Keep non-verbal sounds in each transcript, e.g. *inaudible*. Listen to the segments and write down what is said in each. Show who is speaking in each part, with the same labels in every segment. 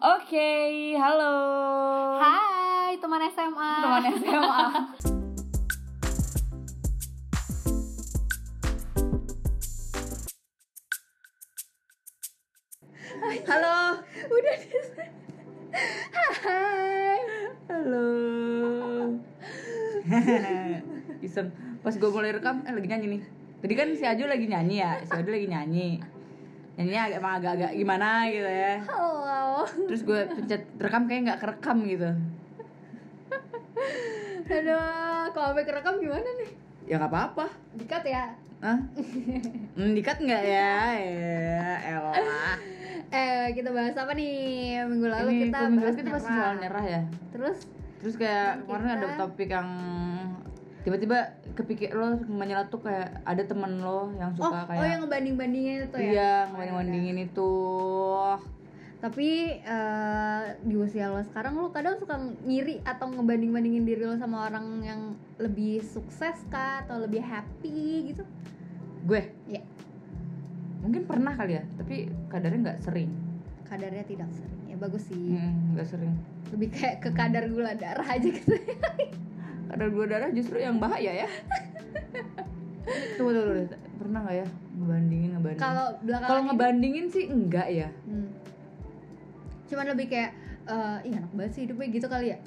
Speaker 1: Oke, halo.
Speaker 2: Hai teman SMA.
Speaker 1: Teman SMA. halo.
Speaker 2: Udah di Hai.
Speaker 1: Halo. *laughs* Iseng. Pas gue mulai rekam, eh lagi nyanyi nih. Tadi kan si Aju lagi nyanyi ya, si Aju lagi nyanyi. Nyanyinya agak emang agak-agak gimana gitu ya.
Speaker 2: Halo.
Speaker 1: Terus gue pencet rekam kayak nggak kerekam gitu.
Speaker 2: Aduh, kalau sampai kerekam gimana nih?
Speaker 1: Ya nggak apa-apa.
Speaker 2: Dikat ya. *laughs*
Speaker 1: Hah? Hmm, dikat nggak ya? Ya, elah.
Speaker 2: Eh, kita bahas apa nih? Minggu lalu
Speaker 1: Ini
Speaker 2: kita
Speaker 1: kalau minggu lalu
Speaker 2: bahas
Speaker 1: kita pasti
Speaker 2: merah.
Speaker 1: soal nyerah ya.
Speaker 2: Terus
Speaker 1: Terus kayak kemarin ada
Speaker 2: kita-
Speaker 1: topik yang tiba-tiba kepikir lo menyela tuh kayak ada temen lo yang
Speaker 2: oh,
Speaker 1: suka kayak
Speaker 2: oh yang ngebanding-bandingin itu ya.
Speaker 1: iya ngomongin-ngomongin itu
Speaker 2: Tapi eh, di usia lo sekarang lo kadang suka ngiri atau ngebanding-bandingin diri lo sama orang yang lebih sukses kah atau lebih happy gitu?
Speaker 1: gue
Speaker 2: Ya,
Speaker 1: mungkin pernah kali ya tapi kadarnya nggak sering
Speaker 2: kadarnya tidak sering. Ya bagus sih.
Speaker 1: Hmm, nggak sering
Speaker 2: Lebih kayak ke kadar gula darah aja gitu.
Speaker 1: Hmm. kadar gula darah justru yang bahaya ya tunggu tunggu, tunggu. pernah nggak ya ngebandingin ngebandingin
Speaker 2: Kalau belakangan
Speaker 1: kalau
Speaker 2: ini-
Speaker 1: ngebandingin sih enggak ya
Speaker 2: Hmm. Cuman lebih kayak eh ih enak banget sih hidupnya gitu kali ya.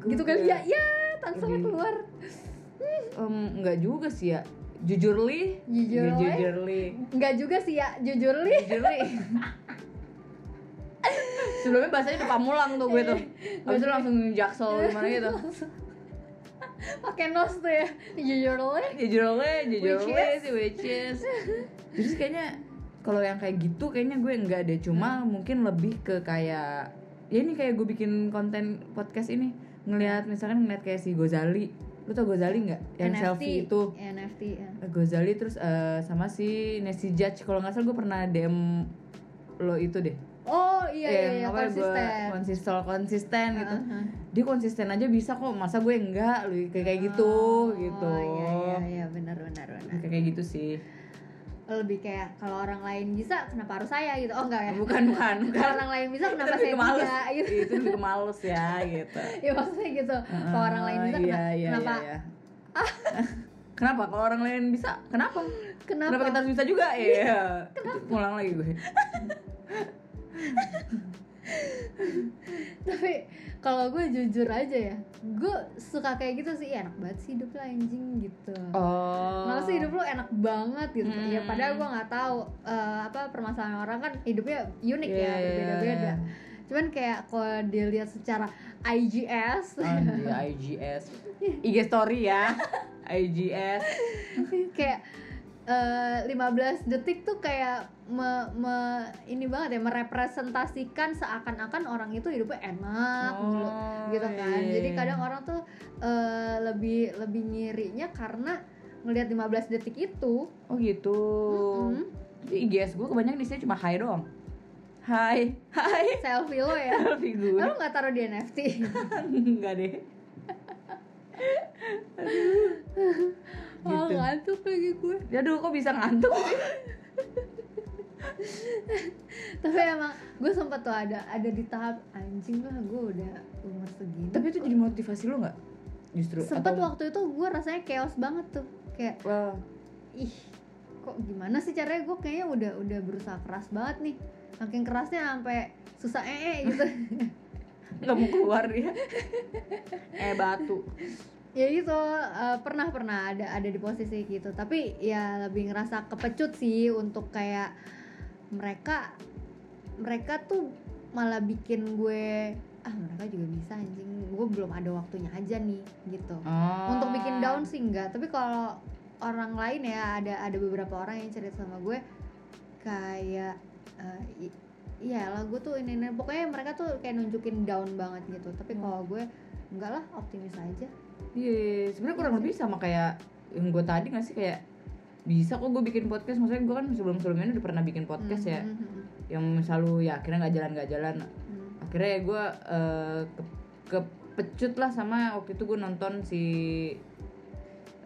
Speaker 1: Gue
Speaker 2: gitu kali ya.
Speaker 1: kayak,
Speaker 2: Ya, langsungnya
Speaker 1: Lebih-
Speaker 2: keluar.
Speaker 1: kan? em, enggak juga sih ya jujurly
Speaker 2: Jujurly.
Speaker 1: jujurly
Speaker 2: Enggak juga sih ya, jujur li.
Speaker 1: jujurly sebelumnya bahasanya udah pamulang tuh gue tuh abis itu langsung jaksel gimana gitu
Speaker 2: *laughs* Pakai nos tuh ya. Jujur li.
Speaker 1: jujurly jujurly
Speaker 2: Which is?
Speaker 1: sih which is terus kayaknya kalau yang kayak gitu kayaknya gue enggak deh cuma
Speaker 2: Hmm.
Speaker 1: mungkin lebih ke kayak ya ini kayak gue bikin konten podcast ini ngelihat misalkan ngelihat kayak si Gozali lu tau Gozali nggak yang
Speaker 2: NFT.
Speaker 1: selfie itu
Speaker 2: NFT ya.
Speaker 1: Gozali terus eh, sama si Nancy Judge kalau nggak salah gue pernah DM lo itu deh Eh,
Speaker 2: Oh iya iya, iya
Speaker 1: apa gue
Speaker 2: konsisten.
Speaker 1: konsisten konsisten gitu
Speaker 2: Aha.
Speaker 1: dia konsisten aja bisa kok masa gue enggak lu kayak kayak gitu
Speaker 2: Oh,
Speaker 1: gitu
Speaker 2: Iya iya iya benar benar benar.
Speaker 1: kayak kayak gitu sih
Speaker 2: Lebih kayak kalau orang lain bisa kenapa harus saya gitu. Oh enggak ya.
Speaker 1: bukan bukan bukan
Speaker 2: *laughs* Kalau orang lain bisa kenapa
Speaker 1: Itu
Speaker 2: saya
Speaker 1: lebih males. Iya,
Speaker 2: tidak gitu. *laughs*
Speaker 1: itu lebih ke males ya gitu
Speaker 2: Ya maksudnya gitu. Kalau orang lain bisa
Speaker 1: Ah, iya, iya,
Speaker 2: kenapa kenapa Ah.
Speaker 1: iya, iya. *laughs* kenapa kalau orang lain bisa kenapa
Speaker 2: Kenapa?
Speaker 1: kita harus bisa juga ya pulang lagi gue
Speaker 2: tapi kalau gue jujur aja ya gue suka kayak gitu sih "Ih, enak banget sih hidup lo anjing gitu
Speaker 1: oh
Speaker 2: malah sih hidup lo enak banget gitu
Speaker 1: Hmm.
Speaker 2: ya padahal gue nggak tahu eh, apa permasalahan orang kan hidupnya unik
Speaker 1: Iya,
Speaker 2: ya
Speaker 1: iya,
Speaker 2: berbeda-beda
Speaker 1: iya.
Speaker 2: cuman kayak kalau dilihat secara IGS
Speaker 1: Anjir, IGS
Speaker 2: Iya.
Speaker 1: IG story ya IGS
Speaker 2: *laughs* kayak eh, 15 detik tuh kayak me, me- ini banget ya merepresentasikan seakan-akan orang itu hidupnya enak mulu
Speaker 1: Oh,
Speaker 2: Ah, gitu kan.
Speaker 1: iya.
Speaker 2: Jadi kadang orang tuh eh, lebih lebih ngirinya karena ngelihat 15 detik itu.
Speaker 1: Oh gitu
Speaker 2: Mm-mm.
Speaker 1: Jadi IGS gue kebanyakan isinya cuma hai doang *laughs* Hai Hai
Speaker 2: Selfie lo ya.
Speaker 1: Selfie gue
Speaker 2: Lo nggak taruh di *laughs* NFT.
Speaker 1: *laughs* Enggak deh
Speaker 2: Wah,
Speaker 1: Gitu.
Speaker 2: ngantuk lagi gue.
Speaker 1: Ya Aduh kok bisa ngantuk
Speaker 2: Tapi emang gue sempet tuh ada ada di tahap anjing lah gue udah umur segini.
Speaker 1: Tapi itu jadi motivasi lo gak? Justru
Speaker 2: sempet
Speaker 1: Atau-
Speaker 2: waktu itu gue rasanya chaos banget tuh kayak
Speaker 1: Wah,
Speaker 2: ih kok gimana sih caranya gue kayaknya udah udah berusaha keras banget nih makin kerasnya sampai susah ee gitu
Speaker 1: Gak mau keluar dia Eh batu
Speaker 2: ya gitu eh, pernah pernah ada ada di posisi gitu tapi ya lebih ngerasa kepecut sih untuk kayak mereka mereka tuh malah bikin gue ah mereka juga bisa anjing gue belum ada waktunya aja nih gitu
Speaker 1: Ah.
Speaker 2: untuk
Speaker 1: Oh.
Speaker 2: bikin down sih enggak tapi kalau orang lain ya ada ada beberapa orang yang cerita sama gue kayak eh, iya lah gue tuh ini, ini pokoknya mereka tuh kayak nunjukin down banget gitu tapi kalau gue enggak lah optimis aja
Speaker 1: Iya, sebenarnya kurang lebih sama kayak yang gue tadi nggak sih kayak bisa kok gue bikin podcast maksudnya gue kan sebelum sebelumnya udah pernah bikin podcast ya
Speaker 2: Mm, mm, mm,
Speaker 1: yang selalu ya akhirnya nggak jalan nggak jalan
Speaker 2: mm.
Speaker 1: akhirnya ya gue eh, ke- kepecut lah sama waktu itu gue nonton si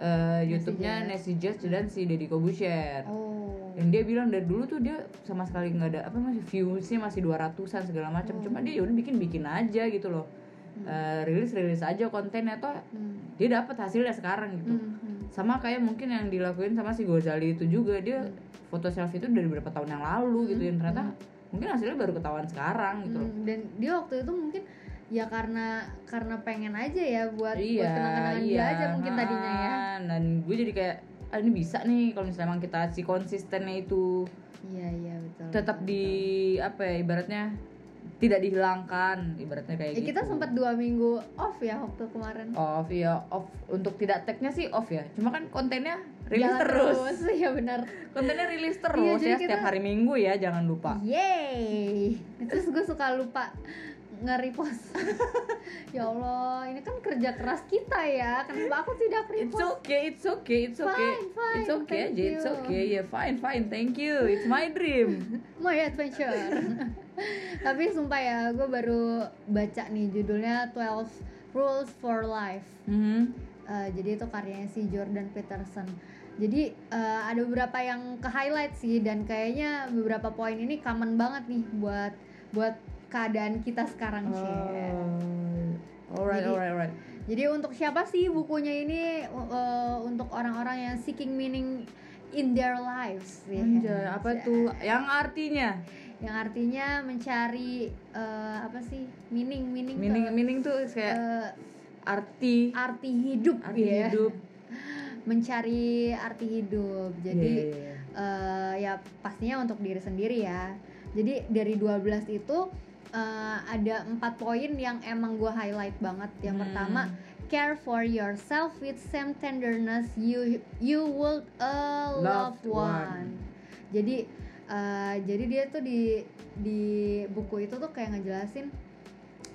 Speaker 1: eh, YouTube-nya Nancy Judge dan si Deddy Kobusier
Speaker 2: oh
Speaker 1: dan dia bilang dari dulu tuh dia sama sekali nggak ada apa masih viewsnya masih 200an segala macam
Speaker 2: Hmm.
Speaker 1: cuma dia ya udah bikin bikin aja gitu loh Eh, rilis rilis aja kontennya toh
Speaker 2: Hmm.
Speaker 1: dia dapat hasilnya sekarang gitu
Speaker 2: Hmm, hmm.
Speaker 1: sama kayak mungkin yang dilakuin sama si Gozali itu juga dia foto selfie itu dari berapa tahun yang lalu gitu
Speaker 2: Hmm,
Speaker 1: yang ternyata mungkin hasilnya baru ketahuan sekarang gitu loh
Speaker 2: Hmm, dan dia waktu itu mungkin ya karena karena pengen aja ya buat buat kenang-kenangan dia aja mungkin tadinya ya.
Speaker 1: Iya, ha-ha. Ah, dan gue jadi kayak ah, ini bisa nih kalau misalnya emang kita si konsistennya itu
Speaker 2: Iya iya betul.
Speaker 1: tetap
Speaker 2: betul, betul.
Speaker 1: di apa ya ibaratnya tidak dihilangkan ibaratnya kayak
Speaker 2: Ya,
Speaker 1: gitu
Speaker 2: kita sempat dua minggu off ya waktu kemarin.
Speaker 1: off ya off untuk tidak tagnya sih off ya cuma kan kontennya rilis
Speaker 2: Jalan
Speaker 1: terus.
Speaker 2: *laughs* ya benar.
Speaker 1: *laughs* kontennya rilis terus
Speaker 2: jadi
Speaker 1: ya setiap
Speaker 2: kita-
Speaker 1: hari minggu ya jangan lupa
Speaker 2: Yeay. Terus gue suka lupa nge-repost. *laughs* ya Allah, ini kan kerja keras kita ya. Kenapa aku tidak
Speaker 1: It's
Speaker 2: repost?
Speaker 1: okay, it's okay, it's okay.
Speaker 2: Fine, fine,
Speaker 1: it's okay
Speaker 2: thank
Speaker 1: aja, it's
Speaker 2: you.
Speaker 1: okay. Yeah, fine, fine, thank you. It's my
Speaker 2: *laughs*
Speaker 1: dream.
Speaker 2: My ya, Adventure. *laughs* Tapi sumpah ya, gue baru baca nih judulnya 12 Rules for Life.
Speaker 1: Mhm.
Speaker 2: Eh, jadi itu karyanya si Jordan Peterson. Jadi eh, ada beberapa yang ke highlight sih dan kayaknya beberapa poin ini common banget nih buat buat keadaan kita sekarang sih.
Speaker 1: Oh, alright,
Speaker 2: Jadi-
Speaker 1: alright, alright.
Speaker 2: Jadi untuk siapa sih bukunya ini Eh, untuk orang-orang yang seeking meaning in their lives ya.
Speaker 1: Anjay, apa tuh? Yang artinya?
Speaker 2: yang artinya mencari eh, apa sih meaning meaning,
Speaker 1: Meaning,
Speaker 2: tuh,
Speaker 1: meaning tuh kayak
Speaker 2: eh,
Speaker 1: arti,
Speaker 2: arti hidup
Speaker 1: arti
Speaker 2: ya.
Speaker 1: hidup.
Speaker 2: mencari arti hidup
Speaker 1: Yeah,
Speaker 2: jadi
Speaker 1: yeah, yeah.
Speaker 2: eh, ya pastinya untuk diri sendiri ya jadi dari 12 itu eh, ada empat poin yang emang gue highlight banget yang
Speaker 1: Hmm.
Speaker 2: pertama care for yourself with same tenderness you you would a
Speaker 1: Loved
Speaker 2: loved one.
Speaker 1: one.
Speaker 2: Jadi eh, jadi dia tuh di di buku itu tuh kayak ngejelasin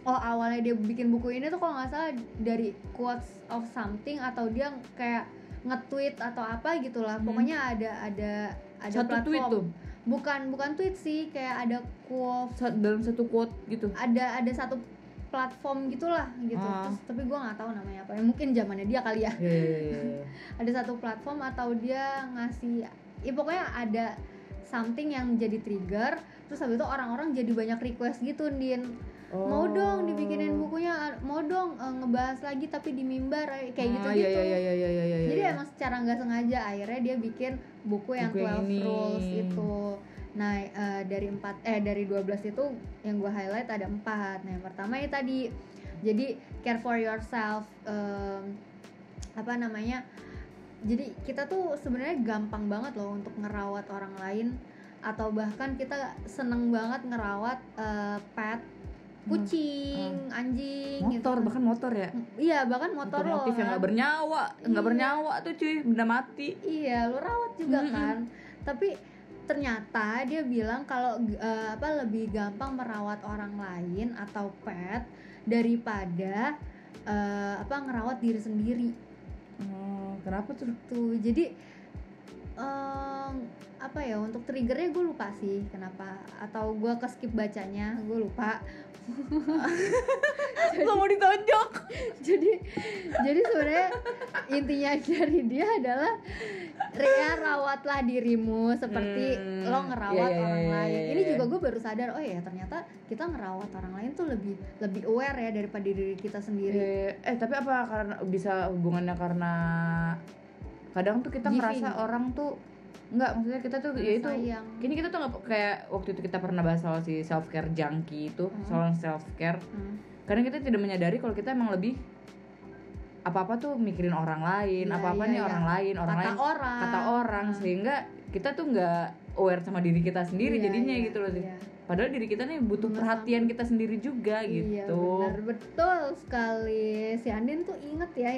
Speaker 2: oh awalnya dia bikin buku ini tuh kalau nggak salah dari quotes of something atau dia kayak nge-tweet atau apa gitu lah.
Speaker 1: Hmm.
Speaker 2: Pokoknya ada ada ada
Speaker 1: satu
Speaker 2: platform.
Speaker 1: tweet tuh,
Speaker 2: Bukan bukan tweet sih, kayak ada quote
Speaker 1: sa- dalam satu quote gitu.
Speaker 2: ada ada satu platform gitulah gitu.
Speaker 1: Ah.
Speaker 2: Terus, tapi gua nggak tahu namanya apa. ya. Mungkin zamannya dia kali ya *laughs*
Speaker 1: Yeah, yeah, yeah, yeah.
Speaker 2: ada satu platform atau dia ngasih ya pokoknya ada something yang jadi trigger terus habis itu orang-orang jadi banyak request gitu Din
Speaker 1: Oh.
Speaker 2: mau dong dibikinin bukunya mau dong eh, ngebahas lagi tapi di mimbar eh, kayak
Speaker 1: Ah,
Speaker 2: gitu
Speaker 1: iya, iya,
Speaker 2: gitu
Speaker 1: iya, iya, iya, iya, iya,
Speaker 2: jadi
Speaker 1: iya.
Speaker 2: emang secara nggak sengaja akhirnya dia bikin buku yang
Speaker 1: Buku yang
Speaker 2: 12
Speaker 1: ini.
Speaker 2: rules itu nah eh, dari empat eh dari 12 itu yang gue highlight ada empat nah yang pertama ya tadi jadi care for yourself em, apa namanya jadi kita tuh sebenarnya gampang banget loh untuk ngerawat orang lain atau bahkan kita seneng banget ngerawat eh, pet kucing anjing
Speaker 1: Hmm.
Speaker 2: gitu
Speaker 1: motor
Speaker 2: kan.
Speaker 1: bahkan motor ya.
Speaker 2: iya bahkan motor lo
Speaker 1: Otomotif yang
Speaker 2: kan.
Speaker 1: nggak bernyawa, nggak
Speaker 2: Iya.
Speaker 1: bernyawa tuh cuy, benda mati.
Speaker 2: Iya, lu rawat juga
Speaker 1: Mm-mm.
Speaker 2: kan. Tapi ternyata dia bilang kalau eh, apa lebih gampang merawat orang lain atau pet daripada eh, apa ngerawat diri sendiri
Speaker 1: Oh, kenapa *laughs* tuh?
Speaker 2: tuh. Jadi eh, apa ya untuk triggernya gue lupa sih kenapa atau gue keskip bacanya gue lupa
Speaker 1: Gak mau ditonjok.
Speaker 2: jadi jadi sebenarnya intinya dari dia adalah Ria rawatlah dirimu seperti
Speaker 1: Hmm,
Speaker 2: lo ngerawat
Speaker 1: iya, iya,
Speaker 2: orang
Speaker 1: iya,
Speaker 2: lain
Speaker 1: iya,
Speaker 2: ini
Speaker 1: iya.
Speaker 2: juga gue baru sadar oh ya ternyata kita ngerawat orang lain tuh lebih lebih aware ya daripada diri kita sendiri
Speaker 1: Eh, eh, tapi apa karena bisa hubungannya karena kadang tuh kita
Speaker 2: Giving. iya
Speaker 1: ngerasa orang tuh nggak maksudnya kita tuh ya itu
Speaker 2: sayang
Speaker 1: kini kita tuh nggak kayak waktu itu kita pernah bahas soal si self care junkie itu
Speaker 2: Hmm.
Speaker 1: soal self care
Speaker 2: Hmm.
Speaker 1: karena kita tidak menyadari kalau kita emang lebih apa apa tuh mikirin orang lain
Speaker 2: Iya,
Speaker 1: apa apa
Speaker 2: iya,
Speaker 1: nih
Speaker 2: iya.
Speaker 1: orang lain orang
Speaker 2: kata
Speaker 1: lain
Speaker 2: orang
Speaker 1: kata orang
Speaker 2: Hmm.
Speaker 1: sehingga kita tuh nggak aware sama diri kita sendiri
Speaker 2: Iya,
Speaker 1: jadinya
Speaker 2: iya,
Speaker 1: gitu loh sih
Speaker 2: iya.
Speaker 1: padahal diri kita nih butuh
Speaker 2: Bener
Speaker 1: perhatian kita sendiri juga
Speaker 2: Iya
Speaker 1: gitu
Speaker 2: benar betul sekali si Andin tuh inget ya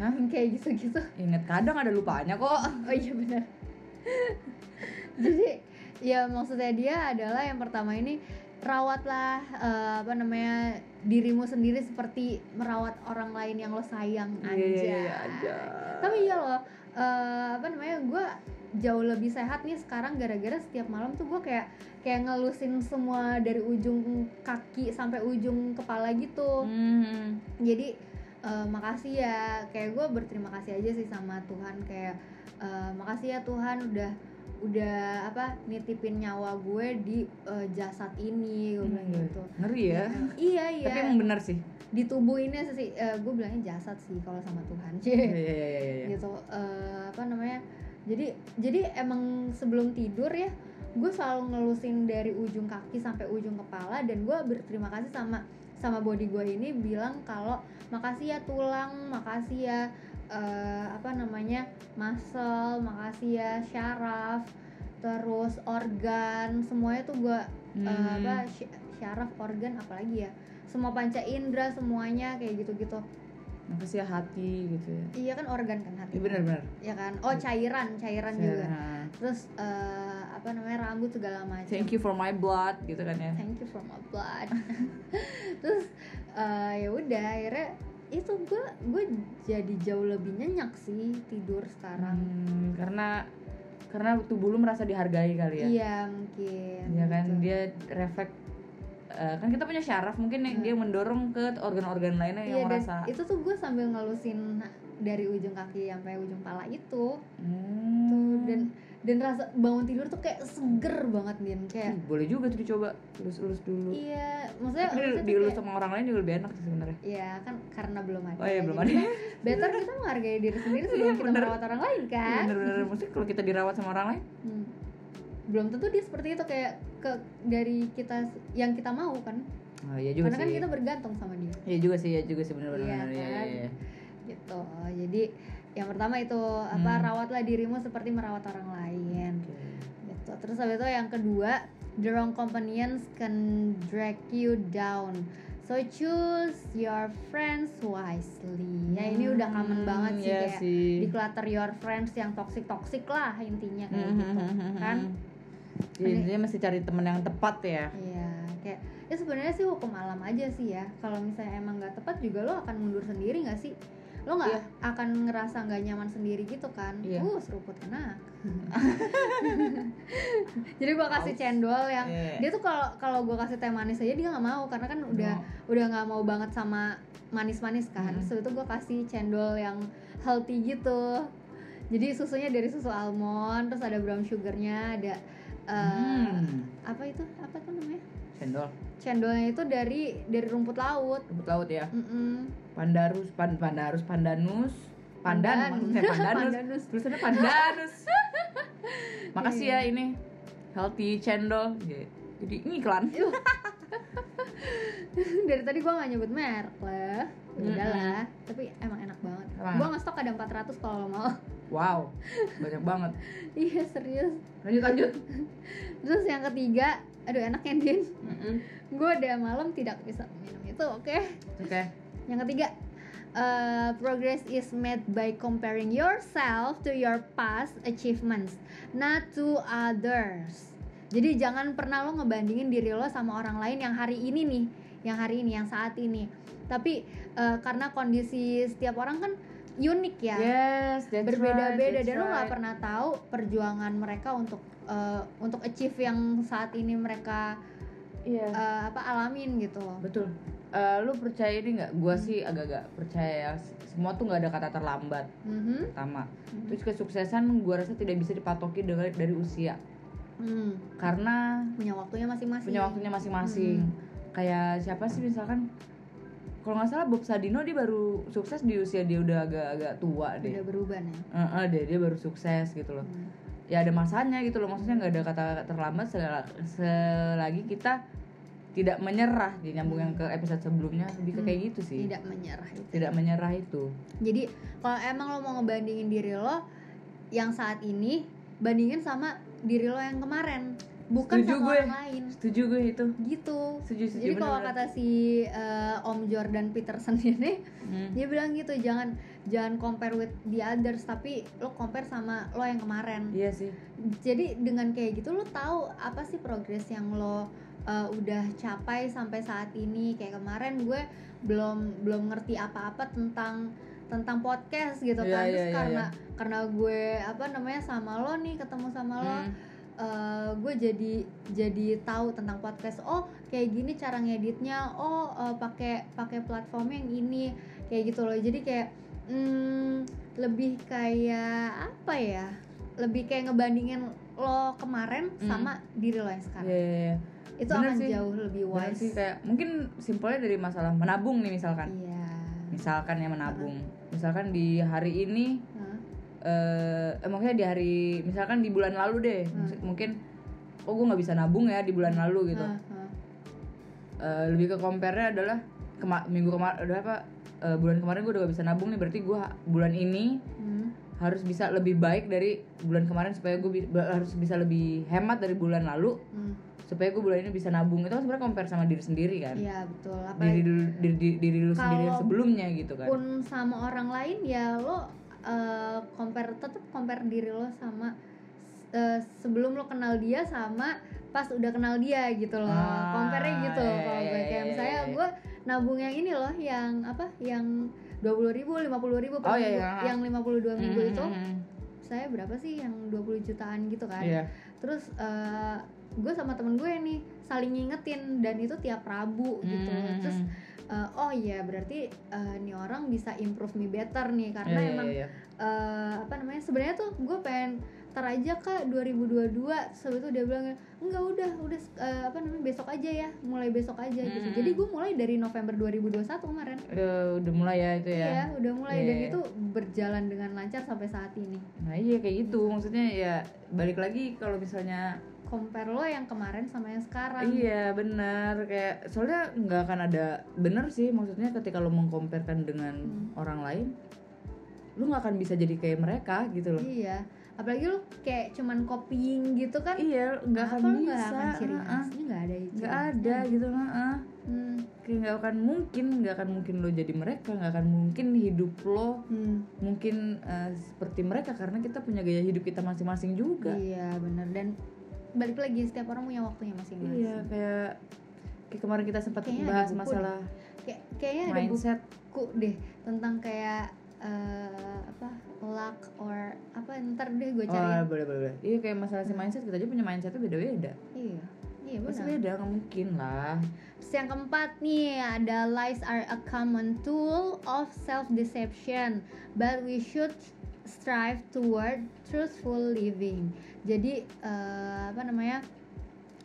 Speaker 1: Hah?
Speaker 2: *laughs* kayak gitu-gitu
Speaker 1: Ingat kadang ada lupanya kok.
Speaker 2: Oh iya benar. *laughs* Jadi ya maksudnya dia adalah yang pertama ini rawatlah eh, apa namanya dirimu sendiri seperti merawat orang lain yang lo sayang
Speaker 1: Iya,
Speaker 2: aja.
Speaker 1: aja.
Speaker 2: Tapi iya loh eh, apa namanya gue jauh lebih sehat nih sekarang gara-gara setiap malam tuh gue kayak kayak ngelusin semua dari ujung kaki sampai ujung kepala gitu
Speaker 1: Hmm.
Speaker 2: jadi eh, makasih ya kayak gue berterima kasih aja sih sama Tuhan kayak eh, makasih ya Tuhan udah udah apa nitipin nyawa gue di eh, jasad ini gue bilang gitu
Speaker 1: ngeri ya
Speaker 2: iya iya
Speaker 1: Hmm. tapi emang bener sih
Speaker 2: di tubuh ini sih eh, gue bilangnya jasad sih kalau sama Tuhan
Speaker 1: iya iya iya iya iya.
Speaker 2: Eh. gitu eh, apa namanya jadi jadi emang sebelum tidur ya gue selalu ngelusin dari ujung kaki sampai ujung kepala dan gue berterima kasih sama sama body gue ini bilang kalau makasih ya tulang makasih ya eh, apa namanya muscle makasih ya syaraf terus organ semuanya tuh gue
Speaker 1: Hmm.
Speaker 2: eh, apa sy- syaraf organ apalagi ya semua panca indera semuanya kayak gitu gitu
Speaker 1: makasih ya hati gitu ya
Speaker 2: iya Iya. kan organ kan hati
Speaker 1: iya bener bener
Speaker 2: ya kan oh cairan cairan juga
Speaker 1: Nah,
Speaker 2: terus eh, apa namanya rambut segala macam
Speaker 1: thank you for my blood gitu kan ya
Speaker 2: thank you for my blood *laughs* terus eh, ya udah akhirnya itu gue gue jadi jauh lebih nyenyak sih tidur sekarang
Speaker 1: Hmm, karena karena tubuh lu merasa dihargai kali ya
Speaker 2: iya mungkin
Speaker 1: ya kan
Speaker 2: gitu.
Speaker 1: dia refleks eh, kan kita punya syaraf mungkin yang dia mendorong ke organ-organ lainnya
Speaker 2: Hmm. Iya,
Speaker 1: yang
Speaker 2: dan
Speaker 1: merasa
Speaker 2: itu tuh gue sambil ngelusin dari ujung kaki sampai ujung pala itu
Speaker 1: Hmm.
Speaker 2: tuh dan dan rasa bangun tidur tuh kayak seger banget din
Speaker 1: Ih,
Speaker 2: kayak
Speaker 1: boleh juga tuh dicoba lulus-lulus dulu
Speaker 2: ya iya maksudnya,
Speaker 1: tapi
Speaker 2: maksudnya
Speaker 1: di-
Speaker 2: tuh
Speaker 1: dielus
Speaker 2: kayak-
Speaker 1: sama orang lain juga lebih enak sih sebenarnya
Speaker 2: Iya kan karena belum ada.
Speaker 1: Oh iya, belum
Speaker 2: Jadi
Speaker 1: ada.
Speaker 2: kita- Better kita menghargai diri
Speaker 1: *laughs*
Speaker 2: sendiri sebelum
Speaker 1: Iya,
Speaker 2: kita
Speaker 1: bener.
Speaker 2: merawat orang lain
Speaker 1: Iya,
Speaker 2: kan.
Speaker 1: bener-bener mesti kalau kita dirawat sama orang lain
Speaker 2: Hmm. Belum tentu dia seperti itu kayak ke dari kita yang kita mau kan.
Speaker 1: oh, iya juga
Speaker 2: karena kan
Speaker 1: sih
Speaker 2: kita bergantung sama dia
Speaker 1: Iya juga sih, ya juga sih benar-benar.
Speaker 2: Iya
Speaker 1: benar,
Speaker 2: kan?
Speaker 1: iya, iya.
Speaker 2: gitu. Jadi yang pertama itu apa
Speaker 1: Hmm.
Speaker 2: rawatlah dirimu seperti merawat orang lain. Gitu. Terus habis itu yang kedua, the wrong companions can drag you down. So choose your friends wisely. Ya ini udah
Speaker 1: Hmm,
Speaker 2: common banget sih
Speaker 1: iya
Speaker 2: kayak
Speaker 1: sih. hmm,
Speaker 2: di clutter your friends yang toxic toxic lah intinya kayak
Speaker 1: Mm-hmm,
Speaker 2: gitu kan.
Speaker 1: Jadi intinya Iya, mesti cari teman yang tepat ya.
Speaker 2: Iya, kayak ya sebenarnya sih hukum alam aja sih ya. Kalau misalnya emang nggak tepat juga lo akan mundur sendiri nggak sih? Lo nggak
Speaker 1: Iya.
Speaker 2: akan ngerasa nggak nyaman sendiri gitu kan?
Speaker 1: Iya. Mm-hmm.
Speaker 2: Uh, seruput enak. *laughs* Jadi gua kasih
Speaker 1: Aus.
Speaker 2: cendol yang
Speaker 1: Iya. Oh.
Speaker 2: dia tuh kalau kalau gua kasih teh manis aja dia nggak mau karena kan udah udah nggak mau banget sama manis-manis kan.
Speaker 1: Mm.
Speaker 2: So itu gua kasih cendol yang healthy gitu. Jadi susunya dari susu almond, terus ada brown sugarnya, ada eh,
Speaker 1: Hmm,
Speaker 2: apa itu apa tuh namanya?
Speaker 1: cendol,
Speaker 2: cendolnya itu dari dari rumput laut
Speaker 1: rumput laut ya.
Speaker 2: Mm-mm. *laughs*
Speaker 1: Pandarus, pan, pandarus, pandanus, pandan,
Speaker 2: Pandan.
Speaker 1: maksud saya pandanus.
Speaker 2: Pandanus. Iya.
Speaker 1: Tulisannya
Speaker 2: *laughs*
Speaker 1: pandanus. Makasih ya ini healthy cendol. Iya. Jadi ini iklan.
Speaker 2: dari tadi gua nggak nyebut merek lah Ya udahlah tapi emang enak banget
Speaker 1: Emang
Speaker 2: gua ngestok ada 400 kalau lo mau *laughs*
Speaker 1: Wow, banyak banget.
Speaker 2: iya serius
Speaker 1: Lanjut lanjut.
Speaker 2: terus yang ketiga aduh enak ya Din
Speaker 1: Mm-mm.
Speaker 2: gue udah malam tidak bisa minum itu oke
Speaker 1: Oke.
Speaker 2: yang ketiga eh, progress is made by comparing yourself to your past achievements, not to others. Jadi jangan pernah lo ngebandingin diri lo sama orang lain yang hari ini nih, yang hari ini, yang saat ini. Tapi eh, karena kondisi setiap orang kan unik ya,
Speaker 1: Yes, that's right,
Speaker 2: berbeda-beda dan
Speaker 1: that's
Speaker 2: lo nggak
Speaker 1: right.
Speaker 2: pernah tahu perjuangan mereka untuk eh, untuk achieve yang saat ini mereka
Speaker 1: Iya.
Speaker 2: eh, apa alamin gitu.
Speaker 1: Betul. Eh, lu percaya ini nggak? Gua sih agak-agak percaya. ya. Semua tuh nggak ada kata terlambat.
Speaker 2: Mhm.
Speaker 1: Pertama. Terus kesuksesan gua rasa tidak bisa dipatoki dari, dari usia.
Speaker 2: Hmm.
Speaker 1: Karena
Speaker 2: punya waktunya masing-masing. Hmm.
Speaker 1: punya waktunya masing-masing. Kayak siapa sih misalkan? Kalau nggak salah Bob Sadino dia baru sukses di usia dia udah agak-agak tua
Speaker 2: Udah
Speaker 1: deh.
Speaker 2: berubah ya.
Speaker 1: Heeh, deh dia baru sukses gitu loh.
Speaker 2: Hmm.
Speaker 1: Ya ada masanya gitu loh. Maksudnya nggak ada kata terlambat sel- selagi kita tidak menyerah. Di nyambung yang ke episode sebelumnya lebih ke kayak gitu sih.
Speaker 2: Tidak menyerah itu.
Speaker 1: tidak menyerah itu
Speaker 2: Jadi kalau emang lo mau ngebandingin diri lo yang saat ini bandingin sama diri lo yang kemarin, bukan
Speaker 1: Setuju
Speaker 2: sama
Speaker 1: gue.
Speaker 2: orang lain.
Speaker 1: setuju gue itu
Speaker 2: Gitu.
Speaker 1: setuju setuju
Speaker 2: Jadi kalau
Speaker 1: bener-bener.
Speaker 2: kata si eh, Om Jordan Peterson *laughs* ini,
Speaker 1: Hmm.
Speaker 2: dia bilang gitu, jangan jangan compare with the others, tapi lo compare sama lo yang kemarin.
Speaker 1: iya sih
Speaker 2: jadi dengan kayak gitu lo tahu apa sih progres yang lo uh, udah capai sampai saat ini kayak kemarin gue belum belum ngerti apa-apa tentang tentang podcast gitu
Speaker 1: Iya,
Speaker 2: kan
Speaker 1: iya,
Speaker 2: Terus
Speaker 1: iya,
Speaker 2: karena karena gue apa namanya sama lo nih ketemu sama lo
Speaker 1: Hmm.
Speaker 2: uh, gue jadi jadi tahu tentang podcast oh kayak gini cara ngeditnya oh uh, pakai pakai platform yang ini kayak gitu loh jadi kayak hmm, mm, lebih kayak apa ya lebih kayak ngebandingin lo kemarin
Speaker 1: Hmm.
Speaker 2: sama diri lo yang sekarang
Speaker 1: Iya, iya, iya.
Speaker 2: itu
Speaker 1: Bener
Speaker 2: akan
Speaker 1: sih.
Speaker 2: jauh lebih
Speaker 1: Bener
Speaker 2: wise
Speaker 1: sih kayak mungkin simpelnya dari masalah menabung nih misalkan.
Speaker 2: iya
Speaker 1: Misalkan ya menabung.
Speaker 2: Hmm.
Speaker 1: Misalkan di hari ini
Speaker 2: Hah?
Speaker 1: eh eh, maksudnya di hari misalkan di bulan lalu deh
Speaker 2: Hmm.
Speaker 1: Maksud- mungkin oh gue nggak bisa nabung ya di bulan lalu gitu
Speaker 2: Hah, hah.
Speaker 1: Eh, lebih ke compare adalah kema- minggu kemarin udah apa eh, bulan kemarin gue udah gak bisa nabung nih berarti gue bulan ini
Speaker 2: Hmm.
Speaker 1: harus bisa lebih baik dari bulan kemarin supaya gue harus bisa lebih hemat dari bulan lalu
Speaker 2: Hmm.
Speaker 1: supaya gue bulan ini bisa nabung itu kan sebenarnya compare sama diri sendiri kan
Speaker 2: iya betul
Speaker 1: diri
Speaker 2: apalagi
Speaker 1: dulu- diri, diri- diri lu sendiri yang
Speaker 2: Kalau
Speaker 1: sebelumnya gitu kan
Speaker 2: pun sama orang lain ya lo eh, compare tetap compare diri lo sama eh, sebelum lo kenal dia sama pas udah kenal dia gitu loh
Speaker 1: Ah,
Speaker 2: compare gitu
Speaker 1: iya,
Speaker 2: kalau
Speaker 1: iya,
Speaker 2: gue
Speaker 1: iya,
Speaker 2: kayak
Speaker 1: iya,
Speaker 2: misalnya
Speaker 1: iya.
Speaker 2: gue nabung yang ini loh yang apa yang dua puluh ribu lima puluh ribu per
Speaker 1: Oh, iya,
Speaker 2: minggu.
Speaker 1: iya.
Speaker 2: yang lima puluh dua minggu itu
Speaker 1: Mm,
Speaker 2: saya berapa sih yang 20 jutaan gitu kan
Speaker 1: iya
Speaker 2: terus eh, gue sama temen gue nih saling ngingetin dan itu tiap Rabu gitu
Speaker 1: Mm,
Speaker 2: terus
Speaker 1: mm,
Speaker 2: eh, oh iya berarti eh, nih orang bisa improve me better nih
Speaker 1: iya,
Speaker 2: karena
Speaker 1: iya,
Speaker 2: emang
Speaker 1: iya.
Speaker 2: eh, apa namanya sebenarnya tuh gue pengen ntar aja kak 2022 sebetulnya dia bilang enggak udah udah eh, apa namanya besok aja ya mulai besok aja gitu
Speaker 1: Mm.
Speaker 2: jadi gue mulai dari November 2021 kemarin
Speaker 1: Udah, udah mulai ya itu ya
Speaker 2: iya udah mulai dan
Speaker 1: Iya.
Speaker 2: itu berjalan dengan lancar sampai saat ini
Speaker 1: Nah iya kayak gitu maksudnya ya balik lagi kalau misalnya
Speaker 2: compare lo yang kemarin sama yang sekarang
Speaker 1: iya benar kayak soalnya nggak akan ada bener sih maksudnya ketika lo mengkomparkan dengan
Speaker 2: Hmm.
Speaker 1: orang lain lu nggak akan bisa jadi kayak mereka gitu loh
Speaker 2: Iya, apalagi lu kayak cuman copying gitu kan.
Speaker 1: iya nggak akan
Speaker 2: Kenapa lu
Speaker 1: bisa
Speaker 2: nggak akan ciri
Speaker 1: nah, ah.
Speaker 2: khasnya nggak ada itu.
Speaker 1: nggak ada gitu nah, ah.
Speaker 2: Hmm.
Speaker 1: kayak nggak akan mungkin nggak akan mungkin lo jadi mereka nggak akan mungkin hidup lo
Speaker 2: Hmm.
Speaker 1: mungkin eh, seperti mereka karena kita punya gaya hidup kita masing-masing juga
Speaker 2: Iya, bener dan balik lagi setiap orang punya waktunya masing-masing.
Speaker 1: Iya kayak kayak kemarin kita sempat
Speaker 2: Kayaknya ada
Speaker 1: bahas
Speaker 2: buku
Speaker 1: masalah
Speaker 2: Kayak kayaknya ada
Speaker 1: mindset.
Speaker 2: buku deh tentang kayak eh, apa luck or apa ntar deh gue
Speaker 1: Oh
Speaker 2: cari.
Speaker 1: boleh boleh boleh. Iya kayak masalah si mindset kita aja punya mindsetnya beda beda.
Speaker 2: Iya. Iya
Speaker 1: Pasti
Speaker 2: benar.
Speaker 1: beda nggak mungkin lah.
Speaker 2: Terus yang keempat nih ada lies are a common tool of self deception, but we should strive toward truthful living. Jadi eh, apa namanya?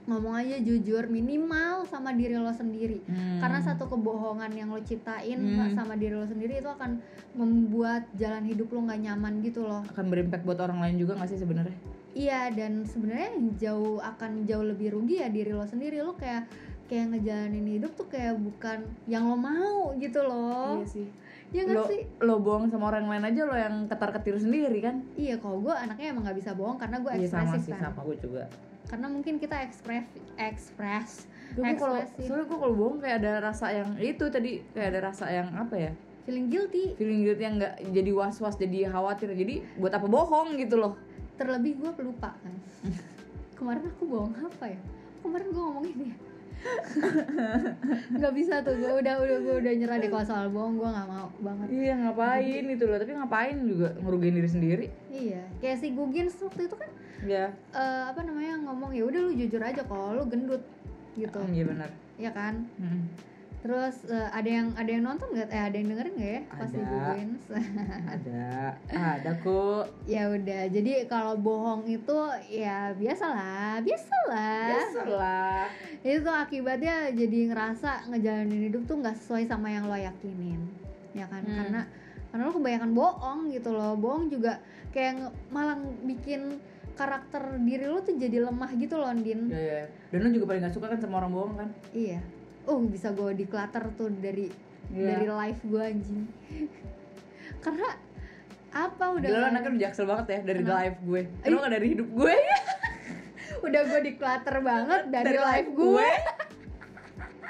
Speaker 2: Ngomong aja jujur minimal sama diri lo sendiri.
Speaker 1: Hmm.
Speaker 2: Karena satu kebohongan yang lo ciptain
Speaker 1: Hmm.
Speaker 2: sama diri lo sendiri itu akan membuat jalan hidup lo nggak nyaman gitu loh.
Speaker 1: akan berimpact buat orang lain juga nggak sih sebenarnya?
Speaker 2: Iya dan sebenarnya yang jauh akan jauh lebih rugi ya diri lo sendiri lo kayak kayak ngejalanin hidup tuh kayak bukan yang lo mau gitu loh.
Speaker 1: Iya sih.
Speaker 2: Ya nggak
Speaker 1: Lo
Speaker 2: sih?
Speaker 1: lo bohong sama orang lain aja lo yang ketar ketir sendiri kan?
Speaker 2: Iya kalau gue anaknya emang nggak bisa bohong karena gue
Speaker 1: Iya sama
Speaker 2: ekspresif
Speaker 1: sih
Speaker 2: kan.
Speaker 1: sama gue juga.
Speaker 2: Karena mungkin kita ekspres ekspres.
Speaker 1: Gue kalau
Speaker 2: Ekspresif.
Speaker 1: soalnya gue kalau bohong kayak ada rasa yang itu tadi kayak ada rasa yang apa ya?
Speaker 2: Feeling guilty.
Speaker 1: Feeling guilty yang nggak jadi was was jadi khawatir jadi buat apa bohong gitu loh?
Speaker 2: Terlebih gue pelupa kan. Kemarin aku bohong apa ya? Kemarin gue ngomong ini ya. nggak bisa tuh gue udah udah gue udah nyerah deh kalau soal bohong gue nggak mau banget.
Speaker 1: Iya ngapain gitu loh, tapi ngapain juga ngerugiin diri sendiri.
Speaker 2: Iya kayak si Gugins waktu itu kan
Speaker 1: Ya,
Speaker 2: eh, apa namanya ngomong ya udah lu jujur aja kalau lu gendut gitu
Speaker 1: Hmm, iya benar.
Speaker 2: ya kan
Speaker 1: Hmm.
Speaker 2: terus eh, ada yang ada yang nonton nggak eh ada yang dengerin nggak ya pas
Speaker 1: Ada.
Speaker 2: Ibu Wins?
Speaker 1: Ada, ada kok.
Speaker 2: *laughs* ya udah jadi kalau bohong itu ya biasalah biasalah
Speaker 1: Biasalah.
Speaker 2: itu akibatnya jadi ngerasa ngejalanin hidup tuh nggak sesuai sama yang lo yakinin ya kan
Speaker 1: Hmm.
Speaker 2: karena karena lo kebanyakan bohong gitu loh bohong juga kayak nge- malah bikin karakter diri lo tuh jadi lemah gitu loh Din
Speaker 1: Iya, iya. Dan lu juga paling gak suka kan sama orang bohong kan?
Speaker 2: Iya. Oh bisa gue declutter tuh dari dari live gue anjing. *laughs* Karena apa udah
Speaker 1: Gila lu
Speaker 2: gua-
Speaker 1: anaknya udah jaksel banget ya dari
Speaker 2: Kenapa?
Speaker 1: live gue. Lu gak dari hidup gue? ya?
Speaker 2: udah gue declutter banget dari, live *laughs* gue.
Speaker 1: *laughs*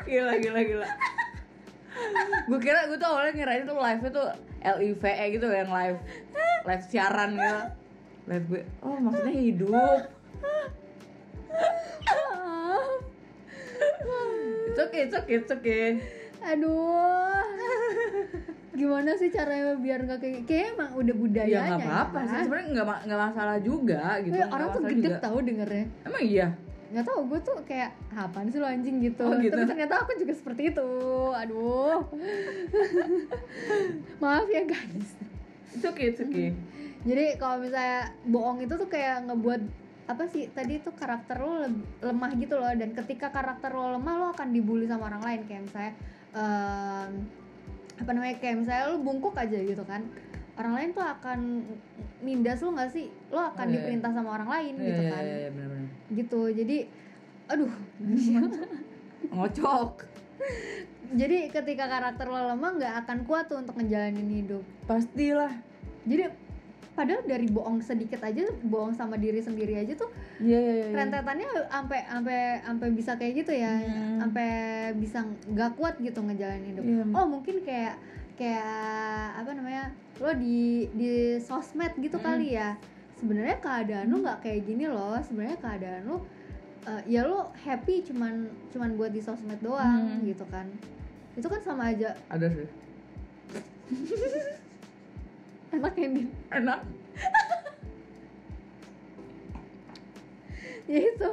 Speaker 1: gila, gila,
Speaker 2: *laughs*
Speaker 1: gila. gue kira gue tuh awalnya ngirain tuh live-nya tuh LIVE gitu yang live live siaran gitu. Live gue. Oh, maksudnya hidup. It's okay, it's okay, it's okay.
Speaker 2: Aduh. *laughs* Gimana sih caranya biar nggak kayak kayak emang udah budayanya.
Speaker 1: ya nggak apa-apa sih
Speaker 2: ya.
Speaker 1: sebenarnya nggak ma- nggak masalah juga gitu
Speaker 2: Weh,
Speaker 1: nggak
Speaker 2: orang tuh
Speaker 1: masalah
Speaker 2: gede
Speaker 1: juga.
Speaker 2: tau dengernya
Speaker 1: emang iya
Speaker 2: Gak tau, gue tuh kayak Apaan sih lo anjing gitu.
Speaker 1: Oh, gitu.
Speaker 2: Tapi ternyata aku juga seperti itu
Speaker 1: *laughs*
Speaker 2: Aduh Maaf ya guys
Speaker 1: itu oke itu oke
Speaker 2: Jadi kalau misalnya bohong itu tuh kayak ngebuat apa sih tadi itu karakter lo leb- lemah gitu loh dan ketika karakter lo lemah lo akan dibully sama orang lain kayak misalnya em, apa namanya kayak misalnya lo bungkuk aja gitu kan orang lain tuh akan nindas lo nggak sih lo akan
Speaker 1: Oh, iya, iya.
Speaker 2: diperintah sama orang lain
Speaker 1: Iya,
Speaker 2: gitu
Speaker 1: iya,
Speaker 2: kan
Speaker 1: iya, iya, benar-benar.
Speaker 2: gitu jadi aduh *laughs*
Speaker 1: Ngocok.
Speaker 2: jadi ketika karakter lo lemah nggak akan kuat tuh untuk ngejalanin hidup
Speaker 1: Pastilah.
Speaker 2: jadi padahal dari bohong sedikit aja bohong sama diri sendiri aja tuh
Speaker 1: Iya, iya, iya. iya.
Speaker 2: rentetannya sampai sampai sampai bisa kayak gitu ya
Speaker 1: Hmm.
Speaker 2: sampai bisa nggak kuat gitu ngejalanin hidup
Speaker 1: Iya.
Speaker 2: oh mungkin kayak kayak apa namanya lo di di sosmed gitu
Speaker 1: Hmm.
Speaker 2: kali ya sebenarnya keadaan lo nggak kayak gini loh sebenarnya keadaan lo eh, ya lo happy cuman cuman buat di sosmed doang
Speaker 1: Hmm.
Speaker 2: gitu kan itu kan sama aja
Speaker 1: Ada sih.
Speaker 2: enak ya Din?
Speaker 1: Enak.
Speaker 2: *laughs* ya itu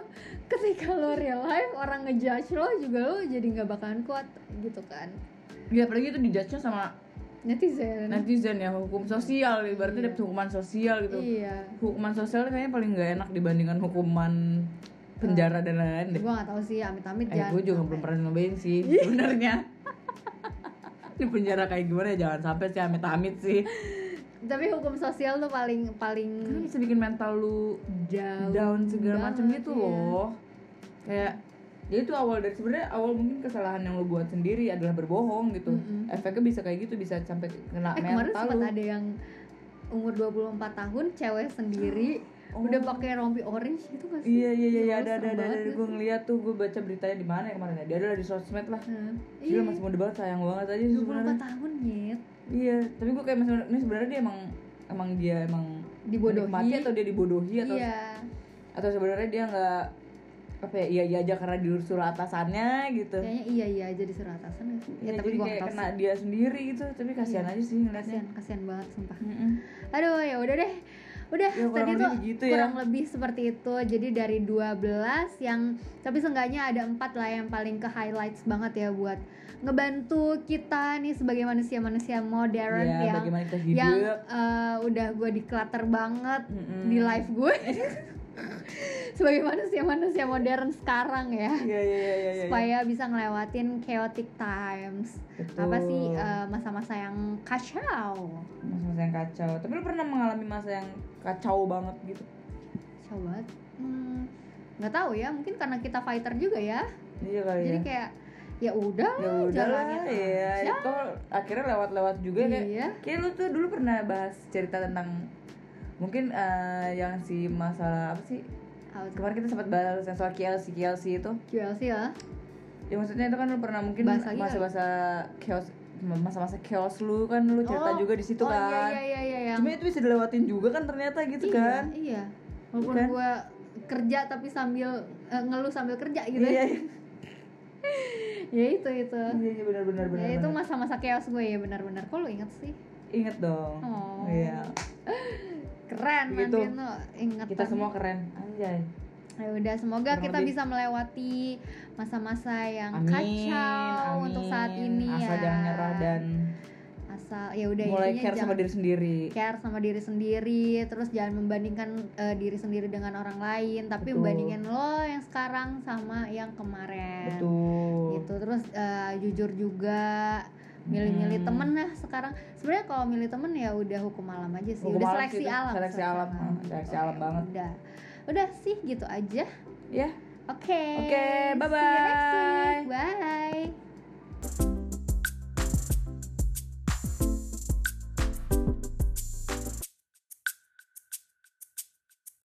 Speaker 2: ketika lo real life orang ngejudge lo juga lo jadi nggak bakalan kuat gitu kan
Speaker 1: Ya apalagi itu dijudge-nya sama
Speaker 2: netizen
Speaker 1: netizen ya hukum sosial ibaratnya dapat hukuman sosial gitu.
Speaker 2: iya
Speaker 1: Hukuman sosial kayaknya paling nggak enak dibandingkan hukuman penjara dan lain-lain deh.
Speaker 2: gue gak tahu sih amit-amit
Speaker 1: Eh,
Speaker 2: jangan
Speaker 1: gue juga
Speaker 2: sampai.
Speaker 1: belum pernah nyobain sih sebenarnya. *laughs* Di penjara kayak gimana ya, jangan sampai sih amit-amit sih.
Speaker 2: tapi hukum sosial tuh paling paling
Speaker 1: Kan bisa bikin mental lu
Speaker 2: down,
Speaker 1: down segala macam
Speaker 2: banget,
Speaker 1: gitu
Speaker 2: iya.
Speaker 1: loh. Kayak jadi itu awal dari sebenarnya awal mungkin kesalahan yang lu buat sendiri adalah berbohong gitu.
Speaker 2: Mm-mm.
Speaker 1: Efeknya bisa kayak gitu bisa sampai kena
Speaker 2: eh kemarin
Speaker 1: mental.
Speaker 2: sempat
Speaker 1: lu.
Speaker 2: ada yang umur 24 tahun cewek sendiri
Speaker 1: Oh.
Speaker 2: udah pakai rompi orange gitu gak sih
Speaker 1: Iya iya iya iya,
Speaker 2: Ya,
Speaker 1: ada ada
Speaker 2: serem
Speaker 1: ada,
Speaker 2: banget
Speaker 1: ada.
Speaker 2: gak
Speaker 1: gue
Speaker 2: sih?
Speaker 1: ngeliat tuh gue baca beritanya di mana ya kemarin ya. Dia adalah di sosmed lah.
Speaker 2: Nah,
Speaker 1: Gila
Speaker 2: iya
Speaker 1: masih muda banget sayang banget aja sih
Speaker 2: 24
Speaker 1: sebenarnya.
Speaker 2: tahun nyet
Speaker 1: Iya, tapi gue kayak masih ini sebenarnya dia emang emang dia emang menikmati
Speaker 2: dibodohi
Speaker 1: atau dia dibodohi atau
Speaker 2: iya
Speaker 1: atau sebenarnya dia nggak apa ya iya iya aja karena disuruh atasannya gitu.
Speaker 2: kayaknya iya iya aja disuruh atasan gak sih
Speaker 1: Ya,
Speaker 2: ya, tapi
Speaker 1: jadi
Speaker 2: gue
Speaker 1: kayak
Speaker 2: gak
Speaker 1: kena ya.
Speaker 2: tau sih
Speaker 1: dia sendiri gitu, tapi kasihan
Speaker 2: Iya.
Speaker 1: aja sih ngeliatnya.
Speaker 2: kasian kasian banget sumpah
Speaker 1: Mm-mm.
Speaker 2: Aduh ya udah deh. Udah
Speaker 1: Ya, kurang
Speaker 2: tadi
Speaker 1: lebih
Speaker 2: tuh
Speaker 1: begitu ya.
Speaker 2: kurang lebih seperti itu. Jadi dari 12 yang tapi seenggaknya ada empat lah yang paling ke highlights banget ya buat ngebantu kita nih sebagai manusia-manusia modern
Speaker 1: Ya,
Speaker 2: yang
Speaker 1: bagaimana kita hidup.
Speaker 2: yang eh, udah gue declutter banget
Speaker 1: Mm-mm.
Speaker 2: di live gue. *laughs* sebagai manusia-manusia modern sekarang ya.
Speaker 1: Iya iya iya iya. iya.
Speaker 2: Supaya bisa ngelewatin chaotic times.
Speaker 1: Betul.
Speaker 2: Apa sih eh, masa-masa yang kacau?
Speaker 1: masa-masa yang kacau. Tapi lu pernah mengalami masa yang kacau banget gitu?
Speaker 2: Sobat, hmm, nggak tahu ya, mungkin karena kita fighter juga ya.
Speaker 1: Iya kali
Speaker 2: Jadi
Speaker 1: ya.
Speaker 2: kayak ya udah,
Speaker 1: ya udah lah
Speaker 2: jalanin
Speaker 1: ya
Speaker 2: aja.
Speaker 1: itu akhirnya lewat-lewat juga kayak
Speaker 2: Iya.
Speaker 1: kayak lu tuh dulu pernah bahas cerita tentang mungkin eh, yang si masalah apa sih
Speaker 2: out
Speaker 1: kemarin kita sempat bahas yang soal KLC KLC itu
Speaker 2: QLC ya.
Speaker 1: ya maksudnya itu kan lu pernah mungkin
Speaker 2: Bahas lagi
Speaker 1: masa-masa chaos masa-masa chaos lu kan lu cerita
Speaker 2: Oh,
Speaker 1: juga di situ
Speaker 2: oh,
Speaker 1: kan
Speaker 2: Iya iya iya iya.
Speaker 1: cuma itu bisa dilewatin juga kan ternyata gitu
Speaker 2: iya,
Speaker 1: kan
Speaker 2: Iya. Walaupun
Speaker 1: Bukan?
Speaker 2: gua kerja tapi sambil eh, ngeluh sambil kerja gitu
Speaker 1: iya
Speaker 2: ya. ya itu itu.
Speaker 1: iya iya, benar-benar benar
Speaker 2: ya itu
Speaker 1: benar.
Speaker 2: masa-masa chaos gue ya benar-benar. Kok lo inget sih?
Speaker 1: inget dong
Speaker 2: Oh.
Speaker 1: iya
Speaker 2: Keren
Speaker 1: Begitu.
Speaker 2: Mandin lo inget
Speaker 1: Gitu. kita semua keren anjay
Speaker 2: Ya udah semoga
Speaker 1: Kurang
Speaker 2: kita
Speaker 1: lebih.
Speaker 2: bisa melewati masa-masa yang
Speaker 1: amin
Speaker 2: kacau
Speaker 1: amin.
Speaker 2: untuk saat ini
Speaker 1: asal
Speaker 2: ya.
Speaker 1: jangan nyerah dan
Speaker 2: asal ya udah
Speaker 1: mulai
Speaker 2: intinya
Speaker 1: care sama
Speaker 2: jangan
Speaker 1: diri sendiri
Speaker 2: care sama diri sendiri, terus jangan membandingkan eh, diri sendiri dengan orang lain, tapi
Speaker 1: Betul.
Speaker 2: membandingin lo yang sekarang sama yang kemarin.
Speaker 1: betul
Speaker 2: Gitu. Terus eh, jujur juga milih-milih
Speaker 1: Hmm.
Speaker 2: temen lah sekarang. Sebenarnya kalau milih temen ya udah hukum alam aja sih,
Speaker 1: Hukum
Speaker 2: udah
Speaker 1: alam
Speaker 2: seleksi
Speaker 1: sih itu,
Speaker 2: alam.
Speaker 1: seleksi alam, ah, seleksi alam
Speaker 2: Oke,
Speaker 1: banget.
Speaker 2: Udah. Udah sih gitu aja.
Speaker 1: ya
Speaker 2: Oke.
Speaker 1: Oke,
Speaker 2: see you next
Speaker 1: bye-bye.
Speaker 2: week. Bye.